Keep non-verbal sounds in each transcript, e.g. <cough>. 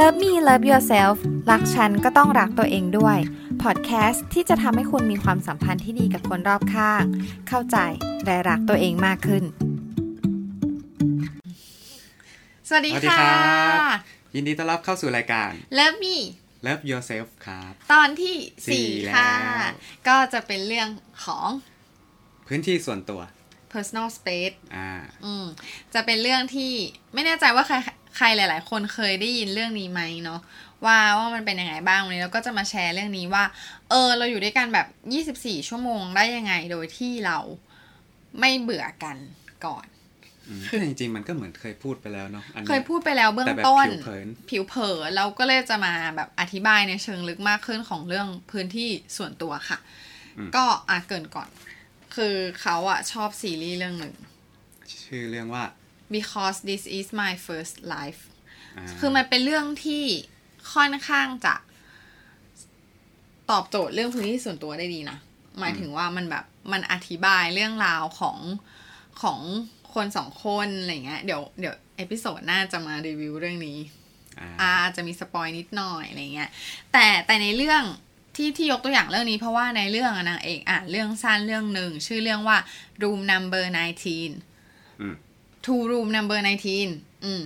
Love Me Love Yourself รักฉันก็ต้องรักตัวเองด้วยพอดแคสต์ที่จะทำให้คุณมีความสัมพันธ์ที่ดีกับคนรอบข้าง เข้าใจและรักตัวเองมากขึ้น สวัสดี สวัสดีคค่ะรับ ยินดีต้อนรับเข้าสู่รายการ Love Me Love Yourself ครับ ตอนที่ สี่ สี่ค่ะ แล้ว ก็จะเป็นเรื่องของ พื้นที่ส่วนตัว personal space อ่า อืมจะเป็นเรื่องที่ไม่แน่ใจว่าใครใครหลาย ๆ คนเคยได้ยินเรื่องนี้ไหมเนาะว่าว่ามันเป็นยังไงบ้างวันนี้เราก็จะมาแชร์เรื่องนี้ว่า เออ เราอยู่ด้วยกันแบบ 24 ชั่วโมงได้ยังไงโดยที่เราไม่เบื่อกันก่อน อืมแต่จริงๆ มันก็เหมือนเคยพูดไปแล้วเนาะอันนี้ เคยพูดไปแล้วเบื้อ แต่ ง แบบ ต้น ผิวเผิน ผิวเผยเราก็เลยจะมาแบบอธิบายในเชิงลึกมากขึ้นของเรื่องพื้นที่ส่วนตัวค่ะ อืม ก็อ่ะเกรินก่อน คือเขาอ่ะชอบซีรีส์เรื่องหนึ่ง ชื่อเรื่องว่า because this is my first life อ่า คือมันเป็นเรื่องที่ค่อนข้างจะ ตอบโจทย์เรื่องพื้นที่ส่วนตัวได้ดีนะ หมายถึงว่ามันแบบมันอธิบายเรื่องราวของของคนสองคนอะไรเงี้ยเดี๋ยวเดี๋ยวเอพิโซดหน้าจะมารีวิวเรื่องนี้ อ่า อาอาจจะมีสปอยนิดหน่อยอะไรเงี้ย แต่แต่ในเรื่องที่ที่ยกตัวอย่างเรื่องนี้เพราะว่าในเรื่องอะนางเอกอ่านเรื่องสั้นเรื่องหนึ่งชื่อเรื่องว่า Room Number 19 อืม Two Room Number 19 อืม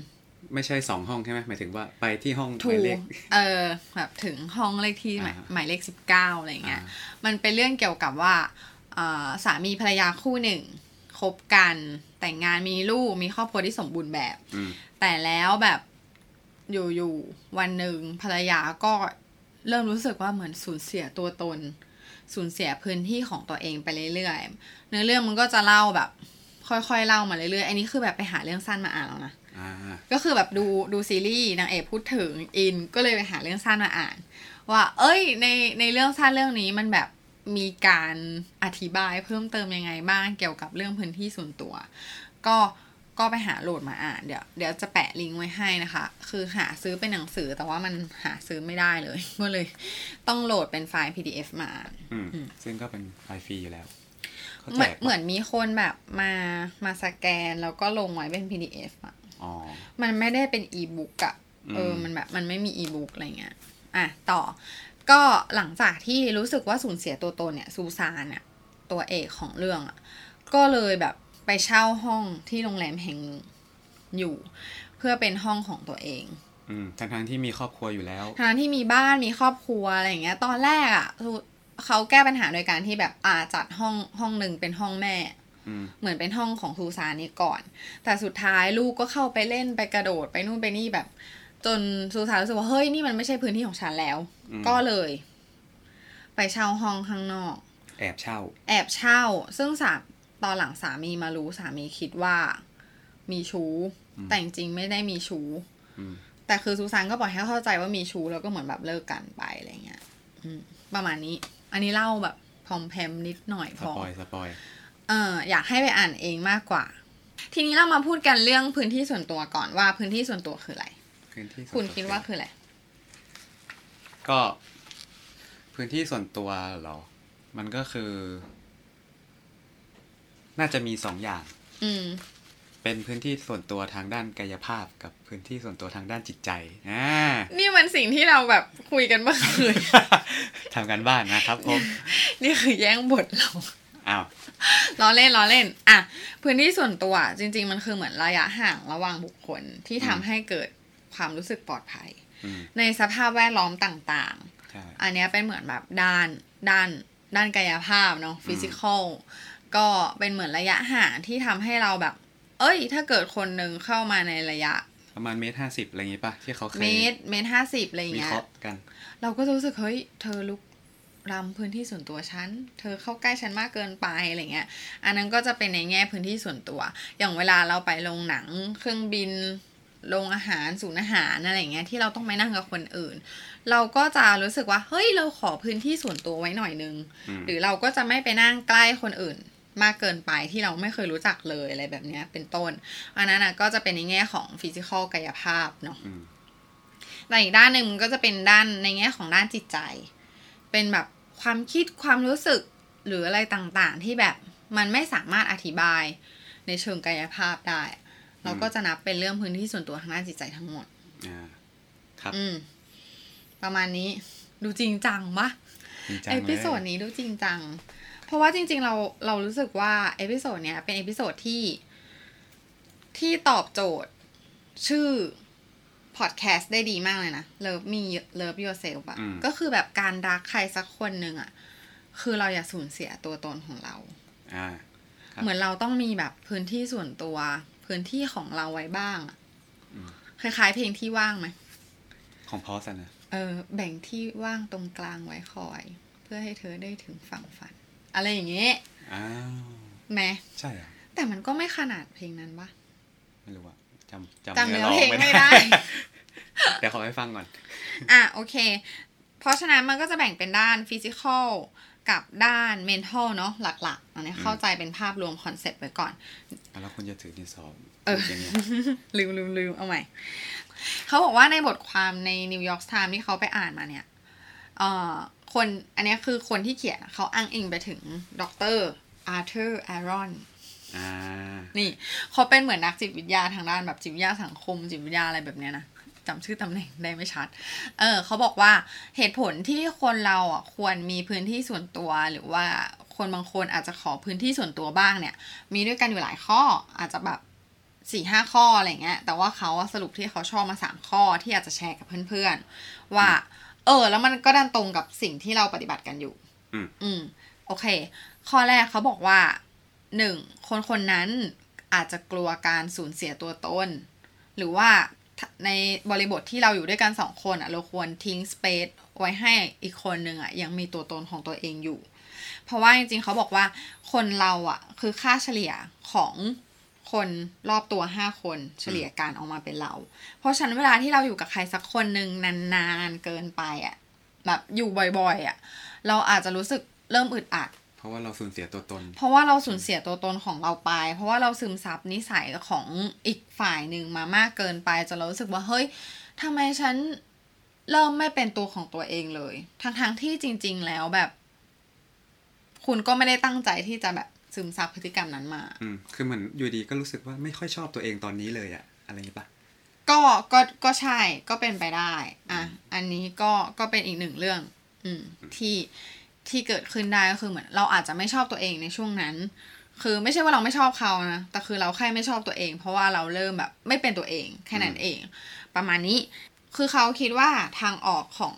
ไม่ใช่สองห้องใช่ไหมหมายถึงว่าไปที่ห้องห ถู มายเลข เออแบบถึงห้องเลขที่หมาย อ่าฮะ หมายเลขสิบเก้าอะไรอย่างเงี้ย อ่า มันเป็นเรื่องเกี่ยวกับว่าอ่าสามีภรรยาคู่หนึ่งคบกันแต่งงานมีลูกมีครอบครัวที่สมบูรณ์แบบ อืม แต่แล้วแบบอยู่ๆวันหนึ่งภรรยาก็เริ่มรู้สึกว่าเหมือนสูญเสียตัวตน สูญเสียพื้นที่ของตัวเองไปเรื่อยๆเนื้อเรื่องมันก็จะเล่าแบบ ค่อยๆเล่ามาเรื่อยๆอันนี้คือแบบไปหาเรื่องสั้นมาอ่านแล้วนะ อ่า ก็คือแบบดูดูซีรีส์นางเอกพูดถึงอินก็เลยไปหาเรื่องสั้นมาอ่าน ว่า เอ้ยในในเรื่องสั้นเรื่องนี้มันแบบมีการอธิบายเพิ่มเติมยังไงบ้างเกี่ยวกับเรื่องพื้นที่ส่วนตัว ก็ก็ไปหาโหลดมาอ่านเดี๋ยวเดี๋ยวจะแปะลิงก์ไว้ให้นะคะ คือหาซื้อเป็นหนังสือแต่ว่ามันหาซื้อไม่ได้เลย <laughs> ก็เลยต้องโหลดเป็นไฟล์ PDF มาอ่าน อืม อืม ซึ่งก็เป็นไฟฟรีอยู่แล้วเขา เห แจ มือน ก เหมือนมีคนแบบมามาสแกนแล้วก็ลงไว้เป็น PDF อะ อ๋อ มันไม่ได้เป็นอีบุ๊กอะเออ อืม มันแบบ มันไม่มีอีบุ๊กอะไรเงี้ย อ่ะ ต่อ ก็หลังจากที่รู้สึกว่าสูญเสียตัวตนเนี่ย ซูซานเนี่ย ตัวเอกของเรื่องอะก็เลยแบบไปเช่าห้องที่โรงแรมแห่งหนึ่งอยู่ เพื่อเป็นห้องของตัวเอง อืมทั้งทั้งๆที่มีครอบครัวอยู่แล้ว ทั้งที่มีบ้านมีครอบครัวอะไรอย่างเงี้ย ตอนแรกอะคือเขาแก้ปัญหาโดยการที่แบบอ่าจัดห้องห้องหนึ่งเป็นห้องแม่ อืม เหมือนเป็นห้องของซูซานนี่ก่อน แต่สุดท้ายลูกก็เข้าไปเล่นไปกระโดดไปนู่นไปนี่แบบ จนซูซานรู้สึกว่าเฮ้ยนี่มันไม่ใช่พื้นที่ของฉันแล้ว อืม ก็เลย ไปเช่าห้องข้างนอก แอบเช่า แอบเช่า ซึ่งสามตอนหลังสามีมารู้สามีคิดว่า มีชู้ อืม แต่จริงๆไม่ได้มีชู้ อืม แต่คือซูซานก็ปล่อยให้เข้าใจว่ามีชู้แล้วก็เหมือนแบบเลิกกันไปอะไรเงี้ยอืมประมาณนี้ อันนี้เล่าแบบพรอมแพรมนิดหน่อย ส พอ ปอยสปอย เอออยากให้ไปอ่านเองมากกว่า ทีนี้เรามาพูดกันเรื่องพื้นที่ส่วนตัวก่อนว่าพื้นที่ส่วนตัวคืออะไร พื้นที่ส่น คุณ ตั คิดว่าคืออะไร ก็ พื้นที่ส่วนตัวเหรอ มันก็คือ น่าจะมีสองอย่าง อืม เป็นพื้นที่ส่วนตัวทางด้านกายภาพกับพื้นที่ส่วนตัวทางด้านจิตใจอ่า <laughs> นี่มันสิ่งที่เราแบบคุยกันเมื่อคืน <laughs> ทำกันบ้านนะครับผม นี่คือแย่งบทเรา อ้าว ล้อเล่นล้อเล่น อ่ะ พื้นที่ส่วนตัวจริง ๆ มันคือเหมือนระยะห่างระหว่างบุคคลที่ทำให้เกิดความรู้สึกปลอดภัย อืม ในสภาพแวดล้อมต่างๆ ใช่ อันเนี้ยเป็นเหมือนแบบด้านด้านด้านกายภาพเนาะฟิสิกอลก็เป็นเหมือนระยะห่างที่ทำให้เราแบบ เอ้ย ถ้าเกิดคนหนึ่งเข้ามาในระยะ ประมาณเมตรห้าสิบอะไรอย่างงี้ป่ะ ที่เขาเคย เมตรเมตรห้าสิบอะไรอย่าง วิ เงี้ เค ย ราะห์กัน เราก็จะรู้สึกเฮ้ยเธอลุกรำพื้นที่ส่วนตัวฉัน เธอเข้าใกล้ฉันมากเกินไปอะไรเงี้ย อันนั้นก็จะเป็นในแง่พื้นที่ส่วนตัว อย่างเวลาเราไปโรงหนัง เครื่องบินโรงอาหารศูนย์อาหารอะไรเงี้ยที่เราต้องไปนั่งกับคนอื่น เราก็จะรู้สึกว่าเฮ้ยเราขอพื้นที่ส่วนตัวไว้หน่อยนึง อืม หรือเราก็จะไม่ไปนั่งใกล้คนอื่น มากเกินไปที่เราไม่เคยรู้จักเลยอะไรแบบเนี้ยเป็นต้น อันนั้นนะก็จะเป็นในแง่ของฟิสิกอลกายภาพเนาะ อืม แต่อีกด้านหนึ่งมันก็จะเป็นด้านในแง่ของด้านจิตใจ เป็นแบบความคิดความรู้สึกหรืออะไรต่างๆ ที่แบบมันไม่สามารถอธิบายในเชิงกายภาพได้ เราก็จะนับเป็นเรื่องพื้นที่ส่วนตัวทางด้านจิตใจทั้งหมด อ่า ครับ อืม ประมาณนี้ ดูจริงจังปะ จริงจัง เอ เล พิโซด ย นี้ดูจริงจัง เพราะว่าจริง ๆ เราเรารู้สึกว่าเอพิโซดเนี้ยเป็นเอพิโซดที่ ที่ตอบโจทย์ ชื่อพอดแคสต์ได้ดีมากเลยนะ Love Me Love Yourself อะก็คือแบบการรักใครสักคนหนึ่งอะคือเราอย่าสูญเสียตัวตนของเรา อ่า ครับ เหมือนเราต้องมีแบบพื้นที่ส่วนตัว พื้นที่ของเราไว้บ้างอะคล้ายๆเพลงที่ว่างไหม ของพอสันนะ เออแบ่งที่ว่างตรงกลางไว้คอย เพื่อให้เธอได้ถึงฝั่งฝัน อะไรอย่างเงี้ย อ้าว แหม ใช่เหรอ แต่มันก็ไม่ขนาดเพลงนั้นปะ ไม่รู้ว่าจำ จำ จำ เนื้อ ร้ เพลงไม่ได้ <laughs> เดี๋ยวขอให้ฟังก่อน อ่ะ โอเค เพราะฉะนั้นมันก็จะแบ่งเป็นด้านฟิสิกอลกับด้านเมนทัลเนาะหลักๆอันนี้ อืม เข้าใจเป็นภาพรวมคอนเซ็ปต์ไว้ก่อน อ่ะแล้วคุณจะถือดินสอบ เออ ย่างเงี้ย ลืมลืมลืมเอาใหม่ เขาบอกว่าในบทความใน New York Times ที่เขาไปอ่านมาเนี่ยเอ่อคนอันเนี้ยคือคนที่เขียนเขาอ้างอิงไปถึงดอกเตอร์อาร์เธอร์แอรอน อ่า นี่เขาเป็นเหมือนนักจิตวิทยาทางด้านแบบจิตวิทยาสังคมจิตวิทยาอะไรแบบเนี้ยนะจำชื่อตำแหน่งได้ไม่ชัด เออเขาบอกว่าเหตุผลที่คนเราอ่ะควรมีพื้นที่ส่วนตัวหรือว่าคนบางคนอาจจะขอพื้นที่ส่วนตัวบ้างเนี่ย มีด้วยกันอยู่หลายข้ออาจจะแบบสี่ห้าข้ออะไรเงี้ย แต่ว่าเขาอะสรุปที่เขาชอบมาสามข้อที่อาจจะแชร์กับเพื่อนๆ ว่า เออ แล้วมันก็ดันตรงกับสิ่งที่เราปฏิบัติกันอยู่ อืม อืม โอเค ข้อแรกเขาบอกว่าหนึ่งคนคนนั้นอาจจะกลัวการสูญเสียตัวตน หรือว่าถ้าในบริบทที่เราอยู่ด้วยกันสองคนอ่ะ เราควรทิ้งสเปซไว้ให้อีกคนหนึ่งอ่ะ ยังมีตัวตนของตัวเองอยู่ เพราะว่าจริงๆเขาบอกว่าคนเราอ่ะ คือค่าเฉลี่ยของคนรอบตัวห้าคนเฉลี่ยการออกมาเป็นเรา เพราะฉะนั้นเวลาที่เราอยู่กับใครสักคนหนึ่งนานๆเกินไปอ่ะแบบอยู่บ่อยๆอ่ะ เราอาจจะรู้สึกเริ่มอึดอัด เพราะว่าเราสูญเสียตัวตน เพราะว่าเราสูญเสียตัวตนของเราไป เพราะว่าเราซึมซับนิสัยของอีกฝ่ายหนึ่งมามากเกินไปจนเรารู้สึกว่าเฮ้ยทำไมฉันเริ่มไม่เป็นตัวของตัวเองเลย ทั้งๆที่จริง ๆ แล้วแบบ คุณก็ไม่ได้ตั้งใจที่จะแบบซึมซับพฤติกรรมนั้นมา อืม คือเหมือนอยู่ดีก็รู้สึกว่าไม่ค่อยชอบตัวเองตอนนี้เลยอะอะไรอย่างงี้ปะ ก็ ก็ ก็ใช่ ก็เป็นไปได้ อ่ะ อันนี้ก็ ก็เป็นอีกหนึ่งเรื่อง อืม ที่ ที่เกิดขึ้นได้ก็คือเหมือนเราอาจจะไม่ชอบตัวเองในช่วงนั้น คือไม่ใช่ว่าเราไม่ชอบเขานะ แต่คือเราแค่ไม่ชอบตัวเอง เพราะว่าเราเริ่มแบบไม่เป็นตัวเองแค่นั้นเอง ประมาณนี้ คือเขาคิดว่าทางออกของ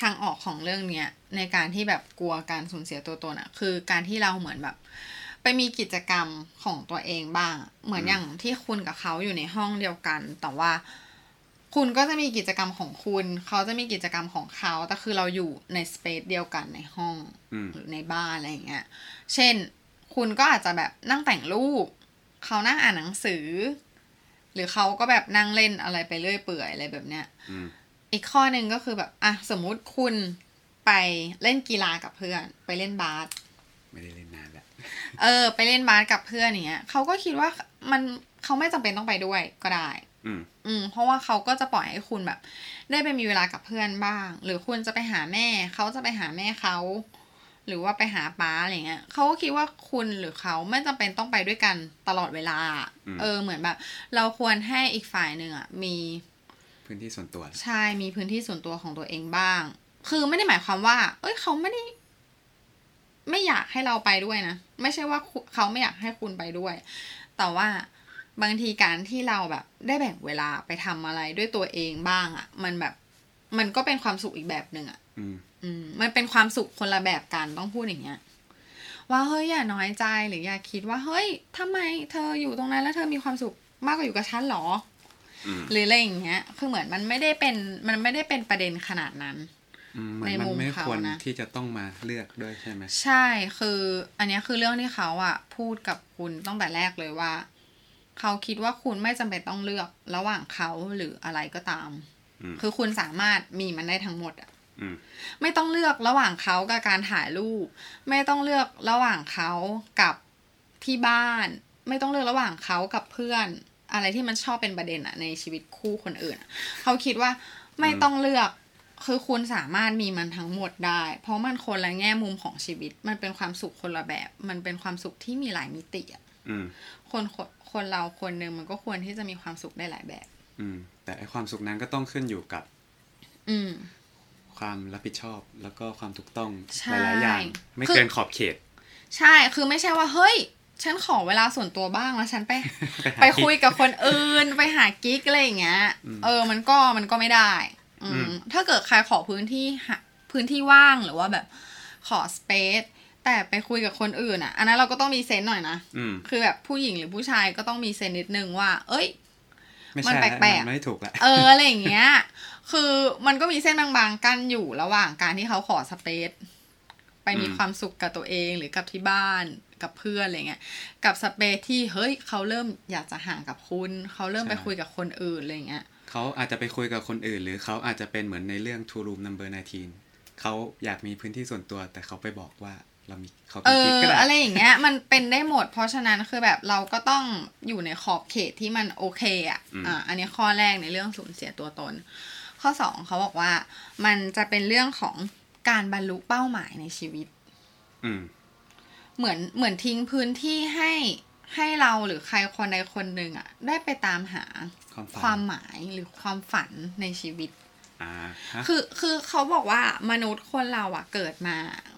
ทางออกของเรื่องเนี้ยในการที่แบบกลัวการสูญเสียตัวตนอะคือการที่เราเหมือนแบบ ไปมีกิจกรรมของตัวเองบ้าง เหมือน อืม อย่างที่คุณกับเขาอยู่ในห้องเดียวกัน แต่ว่า คุณก็จะมีกิจกรรมของคุณ เขาจะมีกิจกรรมของเขา แต่คือเราอยู่ในสเปซเดียวกันในห้อง อืม หรือในบ้านอะไรอย่างเงี้ย เช่น คุณก็อาจจะแบบนั่งแต่งรูป เขานั่งอ่านหนังสือ หรือเขาก็แบบนั่งเล่นอะไรไปเรื่อยเปื่อยอะไรแบบเนี้ย อืม อีกข้อหนึ่งก็คือแบบ อ่ะ สมมุติคุณไปเล่นกีฬากับเพื่อน ไปเล่นบาส ไม่ได้เล่นนานแล้ว เออ ไปเล่นบาสกับเพื่อนอย่างเงี้ย เขาก็คิดว่ามันเขาไม่จำเป็นต้องไปด้วยก็ได้ อืม อืมเพราะว่าเขาก็จะปล่อยให้คุณแบบ ได้ไปมีเวลากับเพื่อนบ้าง หรือคุณจะไปหาแม่ เขาจะไปหาแม่เขา หรือว่าไปหาป้าอะไรเงี้ยเขาก็คิดว่าคุณหรือเขาไม่จำเป็นต้องไปด้วยกันตลอดเวลา อืม เออเหมือนแบบ เราควรให้อีกฝ่ายหนึ่งอ่ะมี พื้นที่ส่วนตัว ใช่ มีพื้นที่ส่วนตัวของตัวเองบ้าง คือไม่ได้หมายความว่า เอ้ย เขาไม่ได้ ไม่อยากให้เราไปด้วยนะ ไม่ใช่ว่าคุณเขาไม่อยากให้คุณไปด้วย แต่ว่าบางทีการที่เราแบบ ได้แบ่งเวลาไปทำอะไรด้วยตัวเองบ้างอะ่ะ มันแบบ มันก็เป็นความสุขอีกแบบหนึ่งอ่ะ อืม อืมมันเป็นความสุขคนละแบบกันต้องพูดอย่างเงี้ย ว่าเฮ้ยอย่าน้อยใจหรืออย่าคิดว่าเฮ้ยทำไมเธออยู่ตรงนั้นแล้วเธอมีความสุขมากกว่าอยู่กับฉันเหรอ อืม หรืออะไรอย่างเงี้ย คือเหมือนมันไม่ได้เป็น มันไม่ได้เป็นประเด็นขนาดนั้น อืมเหมือน ใน มั มุ น ม ไม่ เขา ควร นะ ที่จะต้องมาเลือกด้วยใช่ไหม ใช่ คือ อันเนี้ยคือเรื่องที่เขาอะพูดกับคุณตั้งแต่แรกเลยว่า เขาคิดว่าคุณไม่จำเป็นต้องเลือกระหว่างเขาหรืออะไรก็ตาม อืม คือคุณสามารถมีมันได้ทั้งหมดอะ อืม ไม่ต้องเลือกระหว่างเขากับการถ่ายรูป ไม่ต้องเลือกระหว่างเขากับที่บ้าน ไม่ต้องเลือกระหว่างเขากับเพื่อน อะไรที่มันชอบเป็นประเด็นอะในชีวิตคู่คนอื่นอะเขาคิดว่าไม่ต้องเลือกคือคุณสามารถมีมันทั้งหมดได้ เพราะมันคนละแง่มุมของชีวิต มันเป็นความสุขคนละแบบ มันเป็นความสุขที่มีหลายมิติอะ อืม คนคนคนเราคนหนึ่งมันก็ควรที่จะมีความสุขได้หลายแบบ อืม แต่ไอความสุขนั้นก็ต้องขึ้นอยู่กับ อืม ความรับผิดชอบแล้วก็ความถูกต้อง ใช่ หลายๆอย่าง ไม่ คือ เกินขอบเขต ใช่ คือไม่ใช่ว่า เฮ้ย ฉันขอเวลาส่วนตัวบ้างแล้วฉันไป ไป ไป หากิ๊ก คุยกับคนอื่น <laughs> ไปหากิ๊กอะไรอย่างเงี้ย อืม เออ มันก็มันก็ไม่ได้ อื อื ม ม ถ้าเกิดใครขอพื้นที่หาพื้นที่ว่างหรือว่าแบบขอสเปซแต่ไปคุยกับคนอื่นอ่ะ อันนั้นเราก็ต้องมีเซนส์หน่อยนะ อืม คือแบบผู้หญิงหรือผู้ชายก็ต้องมีเซนส์นิดนึงว่า เอ้ย ไม่ มัน ใช่ะ แปลกๆ มันไม่ถูกละ เอออะไรอย่างเงี้ย คือมันก็มีเส้นบางๆ กั้นอยู่ระหว่างการที่เขาขอสเปซไปมีความสุขกับตัวเองหรือกับที่บ้านกับเพื่อนอะไรเงี้ย กับสเปซที่เฮ้ยเขาเริ่มอยากจะห่างกับคุณ เขาเริ่มไปคุยกับคนอื่นอะไรเงี้ย เขาอาจจะไปคุยกับคนอื่น หรือเขาอาจจะเป็นเหมือนในเรื่อง Two Room Number 19เขาอยากมีพื้นที่ส่วนตัว แต่เขาไปบอกว่าเรามีเขา เอ เป็นกิ๊ก อ ก็ได้ อะไรอย่างเงี้ย มันเป็นได้หมด เพราะฉะนั้นคือแบบเราก็ต้องอยู่ในขอบเขตที่มันโอเคอ่ะอ่าอันนี้ข้อแรกในเรื่องสูญเสียตัวตน ข้อสองเขาบอกว่ามันจะเป็นเรื่องของการบรรลุเป้าหมายในชีวิต อืม เหมือนเหมือนทิ้งพื้นที่ให้ให้เราหรือใครคนใดคนหนึ่งอะได้ไปตามหา ความฝัน ความหมายหรือความฝันในชีวิต อ่าฮะ คือคือเขาบอกว่ามนุษย์คนเราอะเกิดมา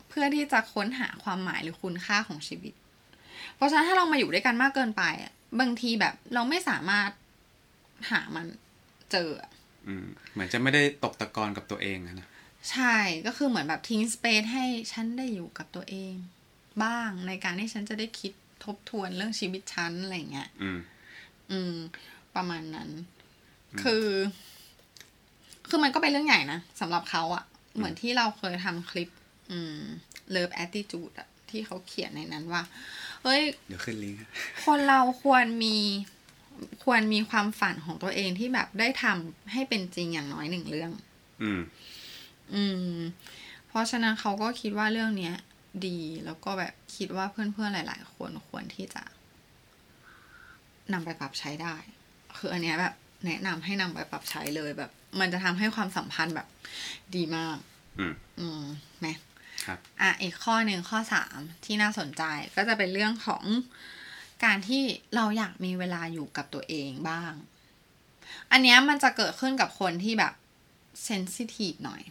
เพื่อที่จะค้นหาความหมายหรือคุณค่าของชีวิต เพราะฉะนั้นถ้าเรามาอยู่ด้วยกันมากเกินไปอะบางทีแบบเราไม่สามารถหามันเจออะ อืมเหมือนจะไม่ได้ตกตะกอนกับตัวเองอะนะ ใช่ ก็คือเหมือนแบบทิ้งสเปซให้ฉันได้อยู่กับตัวเอง บ้างในการที่ฉันจะได้คิดทบทวนเรื่องชีวิตฉันอะไรอย่างเงี้ย อืม อืม ประมาณนั้น คือ คือมันก็เป็นเรื่องใหญ่นะสำหรับเขาอะเหมือนที่เราเคยทำคลิป อืม Love Attitude อะที่เขาเขียนในนั้นว่า เฮ้ย เดี๋ยวขึ้นลิงก์ฮะ คนเราควรมีควรมีความฝันของตัวเองที่แบบได้ทำให้เป็นจริงอย่างน้อยหนึ่งเรื่อง อืม อืม เพราะฉะนั้นเขาก็คิดว่าเรื่องเนี้ย ดีแล้วก็แบบคิดว่าเพื่อนๆหลาย ๆ คนควรที่จะนำไปปรับใช้ได้ คืออันเนี้ยแบบแนะนำให้นำไปปรับใช้เลยแบบ มันจะทำให้ความสัมพันธ์แบบดีมาก อืม อืมไหม ครับ อ่ะอีกข้อหนึ่งข้อสามที่น่าสนใจก็จะเป็นเรื่องของการที่เราอยากมีเวลาอยู่กับตัวเองบ้าง อันเนี้ยมันจะเกิดขึ้นกับคนที่แบบเซนซิทีฟหน่อย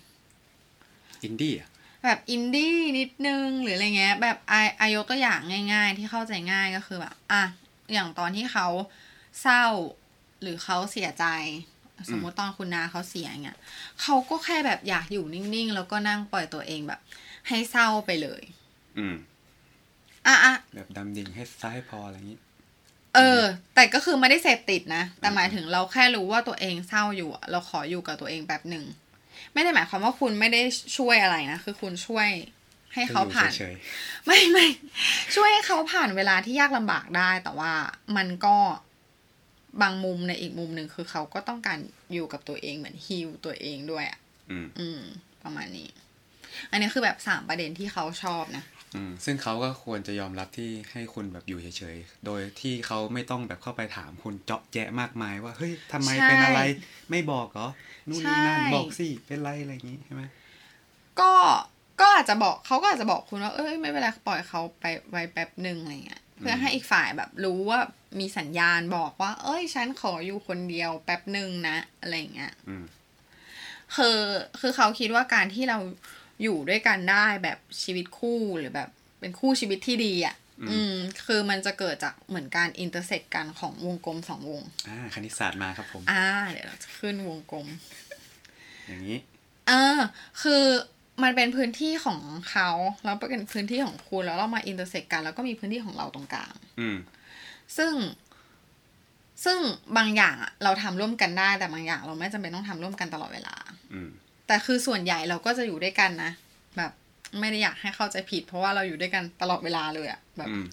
อินดี้อ่ะ แบบอินดี้นิดนึงหรืออะไรเงี้ย แบบไออายกตัวอย่างง่าย ๆ ที่เข้าใจง่ายก็คือแบบอ่ะอย่างตอนที่เขาเศร้าหรือเขาเสียใจ สมมติตอนคุณนาเขาเสียเงี้ยเขาก็แค่แบบอยากอยู่นิ่งๆ แล้วก็นั่งปล่อยตัวเองแบบ ให้เศร้าไปเลย อืม อ่ะอ่ะ แบบดำดิ่งให้ซ้ายพออะไรอย่างนี้ เออ แต่ก็คือไม่ได้เสพติดนะ แต่หมายถึงเราแค่รู้ว่าตัวเองเศร้าอยู่อะเราขออยู่กับตัวเองแบบหนึ่งไม่ได้หมายความว่าคุณไม่ได้ช่วยอะไรนะคือคุณช่วยให้เขาผ่าน ก็อยู่เฉย ไม่ไม่ ช่วยให้เขาผ่านเวลาที่ยากลำบากได้ แต่ว่ามันก็บางมุมในอีกมุมหนึ่งคือเขาก็ต้องการอยู่กับตัวเองเหมือนฮิลตัวเองด้วยอะ ๆอืม อืม ประมาณนี้ อันนี้คือแบบสามประเด็นที่เขาชอบนะ อืม ซึ่งเขาก็ควรจะยอมรับที่ให้คุณแบบอยู่เฉยๆ โดยที่เขาไม่ต้องแบบเข้าไปถามคุณเจาะแยะมากมายว่า เฮ้ยทำไม ใช่ เป็นอะไร ไม่บอกเหรอ นู่นนี่นั่น ใช่ บอกสิ เป็นไรอะไรอย่างนี้ใช่ไหม ก็ก็อาจจะบอกเขาก็อาจจะบอกคุณว่าเอ้ยไม่เป็นไรปล่อยเขาไปไว้แป๊บหนึ่งอะไรเงี้ยเพื่อให้อีกฝ่ายแบบรู้ว่ามีสัญญาณบอกว่า เอ้ย ฉันขออยู่คนเดียวแป๊บหนึ่งนะอะไรเงี้ย อืม คือคือเขาคิดว่าการที่เราอยู่ด้วยกันได้แบบชีวิตคู่หรือแบบเป็นคู่ชีวิตที่ดีอ่ะ อืม อืม คือมันจะเกิดจากเหมือนการอินเตอร์เซ็กกันของวงกลมสองวง อ่า คณิตศาสตร์มาครับผม อ่า เดี๋ยวเราจะขึ้นวงกลม อย่างนี้ เออ คือมันเป็นพื้นที่ของเขาแล้วเป็นพื้นที่ของคุณแล้วเรามาอินเตอร์เซ็กกันแล้วก็มีพื้นที่ของเราตรงกลาง อืม ซึ่ง ซึ่งบางอย่างอะเราทำร่วมกันได้แต่บางอย่าง เราไม่จำเป็นต้องทำร่วมกันตลอดเวลา อืม แต่คือส่วนใหญ่เราก็จะอยู่ด้วยกันนะ แบบไม่ได้อยากให้เข้าใจผิด เพราะว่าเราอยู่ด้วยกันตลอดเวลาเลยอะแบบ อืม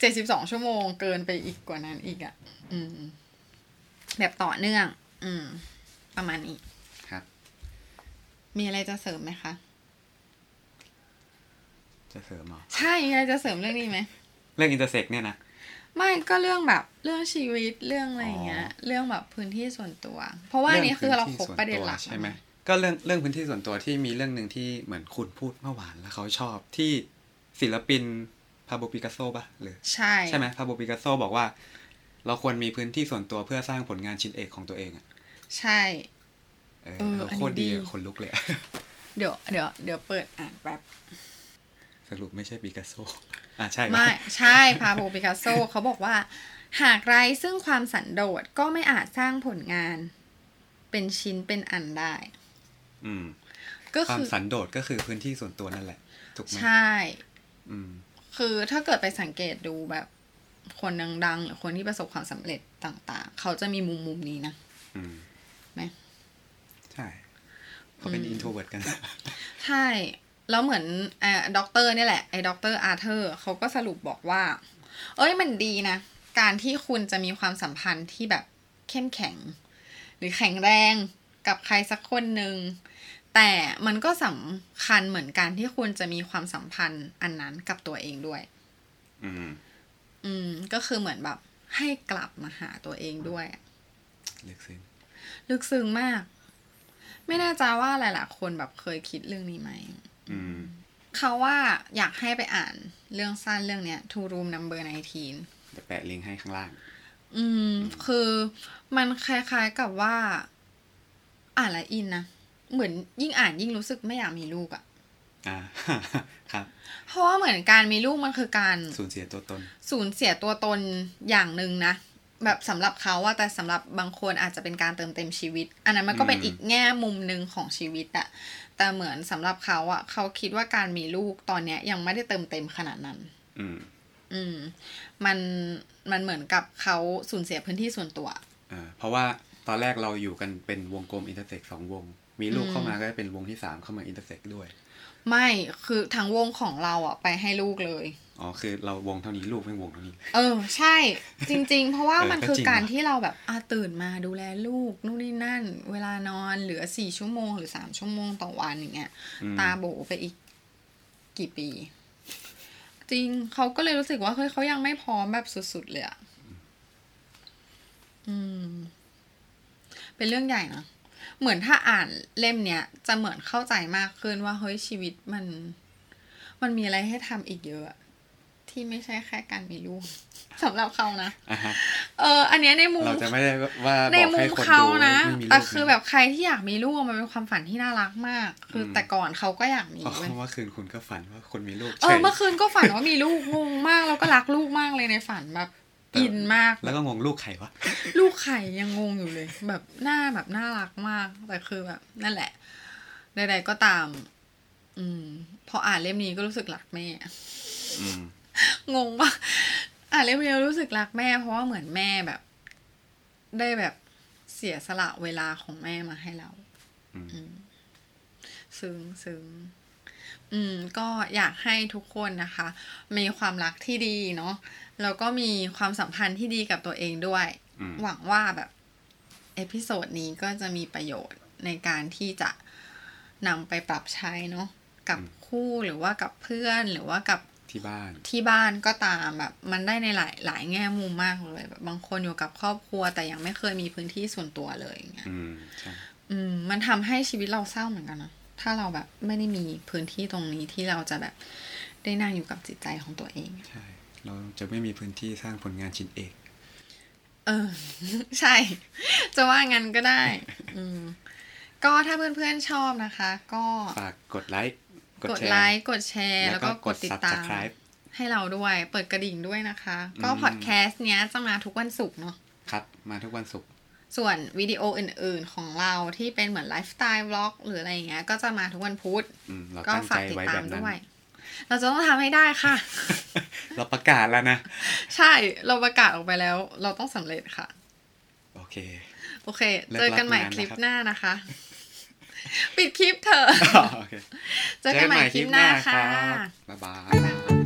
เจ็ดสิบสองชั่วโมงเกินไปอีกกว่านั้นอีกอะอืม แบบต่อเนื่อง อืม ประมาณนี้ ครับ มีอะไรจะเสริมไหมคะ จะเสริมเหรอ ใช่มีอะไรจะเสริมเรื่องนี้ไหม เรื่องอินเตอร์เซ็กเนี่ยนะ ไม่ก็เรื่องแบบเรื่องชีวิตเรื่องอะไรอย่างเงี้ย อ๋อ เรื่องแบบพื้นที่ส่วนตัว เพราะว่าอันนี้คือเราครบประเด็นหลัก ใช่ไหมก็เรื่องเรื่องพื้นที่ส่วนตัวที่มีเรื่องหนึ่งที่เหมือนคุณพูดเมื่อวานแล้วเขาชอบที่ศิลปินพาโบปิกัสโซปะหรือ ใช่ ใช่ไหมพาโบปิกัสโซบอกว่า เราควรมีพื้นที่ส่วนตัวเพื่อสร้างผลงานชิ้นเอกของตัวเองอะ ใช่ เออ เออ แล้วโคตร อันนี้ ดี ดี อะขนลุกเลยอะ <laughs> เดี๋ยวเดี๋ยวเดี๋ยวเปิดอ่านแป๊บ สรุปไม่ใช่ปิกัสโซอ่ะใช่วะ ไม่ใช่พาโบปิกัสโซ เขาบอกว่า <laughs> หากไร้ซึ่งความสันโดษก็ไม่อาจสร้างผลงาน เป็นชิ้นเป็นอันได้ <laughs> อืม ก็ ความ คือ สันโดษก็คือพื้นที่ส่วนตัวนั่นแหละ ถูกไหม ใช่ อืม คือถ้าเกิดไปสังเกตดูแบบ คนดังๆ หรือคนที่ประสบความสำเร็จต่างๆ เขาจะมีมุมมุมๆนี้นะ อืม ไหม ใช่เขาเป็น อืม อินโทรเวิร์ดกัน <laughs> ใช่ แล้วเหมือนเอ่อด็อกเตอร์เนี่ยแหละ ไอ้ด็อกเตอร์อาร์เธอร์เขาก็สรุปบอกว่า เอ้ยมันดีนะ การที่คุณจะมีความสัมพันธ์ที่แบบเข้มแข็ง หรือแข็งแรงกับใครสักคนหนึ่ง แต่มันก็สำคัญเหมือนกันที่คุณจะมีความสัมพันธ์อันนั้นกับตัวเองด้วย อืม อืม ก็คือเหมือนแบบให้กลับมาหาตัวเองด้วย ลึกซึ้ง ลึกซึ้งมาก ไม่แน่ใจว่าหลายๆคนแบบเคยคิดเรื่องนี้ไหม อืม เขาว่าอยากให้ไปอ่านเรื่องสั้นเรื่องเนี้ย Two Room Number 19 จะแปะลิงก์ให้ข้างล่าง อืม คือมันคล้ายๆกับว่า อ่านและอินนะ เหมือนยิ่งอ่านยิ่งรู้สึกไม่อยากมีลูกอะ อ่า <laughs> ครับ เพราะว่าเหมือนการมีลูกมันคือการ สูญเสียตัวตน สูญเสียตัวตนอย่างหนึ่งนะ แบบสำหรับเขาว่าแต่สำหรับบางคนอาจจะเป็นการเติมเต็มชีวิต อันนั้นมันก็เป็น อืม อีกแง่มุมหนึ่งของชีวิตอะแต่เหมือนสำหรับเขาอะเขาคิดว่าการมีลูกตอนเนี้ยยังไม่ได้เติมเต็มขนาดนั้น อืม อืมมันมันเหมือนกับเขาสูญเสียพื้นที่ส่วนตัว อ่า เพราะว่าตอนแรกเราอยู่กันเป็นวงกลมอินเตอร์เซ็กสองวง มีลูก อืม เข้ามาก็จะเป็นวงที่สามเข้ามาอินเตอร์เซ็กด้วย ไม่คือทางวงของเราอ่ะ ไปให้ลูกเลย อ๋อ คือเราวงเท่านี้ลูกเป็นวงเท่านี้ เออ ใช่ จริง ๆ เพราะว่า เออ มัน ก็ คือ จริง การ ว่ะ ที่เราแบบอ่ะตื่นมาดูแลลูกนู่นนี่นั่น เวลานอนเหลือสี่ชั่วโมงหรือสามชั่วโมงต่อวันอย่างเงี้ย อืม ตาโบไปอีกกี่ปี จริงเขาก็เลยรู้สึกว่าเฮ้ยเขายังไม่พร้อมแบบสุดๆเลยอะอืม เป็นเรื่องใหญ่นะเหมือนถ้าอ่านเล่มเนี้ย จะเหมือนเข้าใจมากขึ้นว่าเฮ้ยชีวิตมัน มันมีอะไรให้ทำอีกเยอะ ที่ไม่ใช่แค่การมีลูก <laughs> สำหรับเขานะ อ่ะฮะ เออ อันเนี้ยในมุม เราจะไม่ได้ว่า ใน บอก มุ ให้ ม คน เขา ดู นะ ไม่มีลูก แต่คือ นะ แบบใครที่อยากมีลูกอะมันเป็นความฝันที่น่ารักมาก คืออ ม แต่ก่อนเขาก็อยากมี เพราะ เว้ย เมื่อคืนคุณก็ฝันว่าคนมีลูก เอ ใช่ อเมื่อคืนก็ฝันว่ามีลูกงงมากแล้วก็รักลูกมากเลยในฝันแบบอินมาก แล้วก็งงลูกใครวะ ลูกไข่ยังงงอยู่เลย แบบหน้าแบบน่ารักมาก แต่คือแบบ นั่นแหละใดๆก็ตาม อืม พออ่านเล่มนี้ก็รู้สึกรักแม่ อืม งงปะอ่านเล่มนี้แล้วรู้สึกรักแม่ เพราะว่าเหมือนแม่แบบ ได้แบบเสียสละเวลาของแม่มาให้เรา อืม อืมซึ้งซึ้งอืม ก็อยากให้ทุกคนนะคะ มีความรักที่ดีเนาะแล้วก็มีความสัมพันธ์ที่ดีกับตัวเองด้วย อืม หวังว่าแบบ เอพิโซดนี้ก็จะมีประโยชน์ในการที่จะนำไปปรับใช้เนาะกับ อืม คู่หรือว่ากับเพื่อนหรือว่ากับ ที่บ้าน ที่บ้านก็ตามแบบมันได้ในหลายหลายแง่มุมมากเลยแบบบางคนอยู่กับครอบครัว แต่ยังไม่เคยมีพื้นที่ส่วนตัวเลยอย่างเงี้ย อืมใช่ อืมมันทำให้ชีวิตเราเศร้าเหมือนกันนะถ้าเราแบบไม่ได้มีพื้นที่ตรงนี้ที่เราจะแบบได้นั่งอยู่กับจิตใจของตัวเอง ใช่ เราจะไม่มีพื้นที่สร้างผลงานชิ้นเอก เออ <laughs> ใช่ จะว่างั้นก็ได้ อืมก็ถ้าเพื่อนๆชอบนะคะ ก็ ฝากกดไลค์ กด กด แชร์ ไลค์กดแชร์ แล้ แล้ว ว ก็ ก็ ก ก ด ดติดตาม subscribe ให้เราด้วย เปิดกระดิ่งด้วยนะคะ ก็ อืม พอดแคสต์เนี้ยจะมาทุกวันศุกร์เนาะ ครับ มาทุกวันศุกร์ ส่วนวิดีโออื่นๆของเราที่เป็นเหมือนไลฟ์สไตล์บล็อก หรืออะไรอย่างเงี้ย ก็จะมาทุกวันพุธ อืม เรา ก็ ตั้ง ฝา ใจ กติด ไว้ ตา แบ ม บนั้น ด้วย เราจะต้องทำให้ได้ค่ะ <laughs> เราประกาศแล้วนะ ใช่เราประกาศออกไปแล้ว เราต้องสำเร็จค่ะ โอ <laughs> เค โอเค เลิก เจอกันใหม่ รับงาน คลิป นะครับ หน้านะคะ ปิดคลิปเถอะ <laughs> โอเค เจอกันใหม่คลิปหน้าค่ะ รับบ๊ายบาย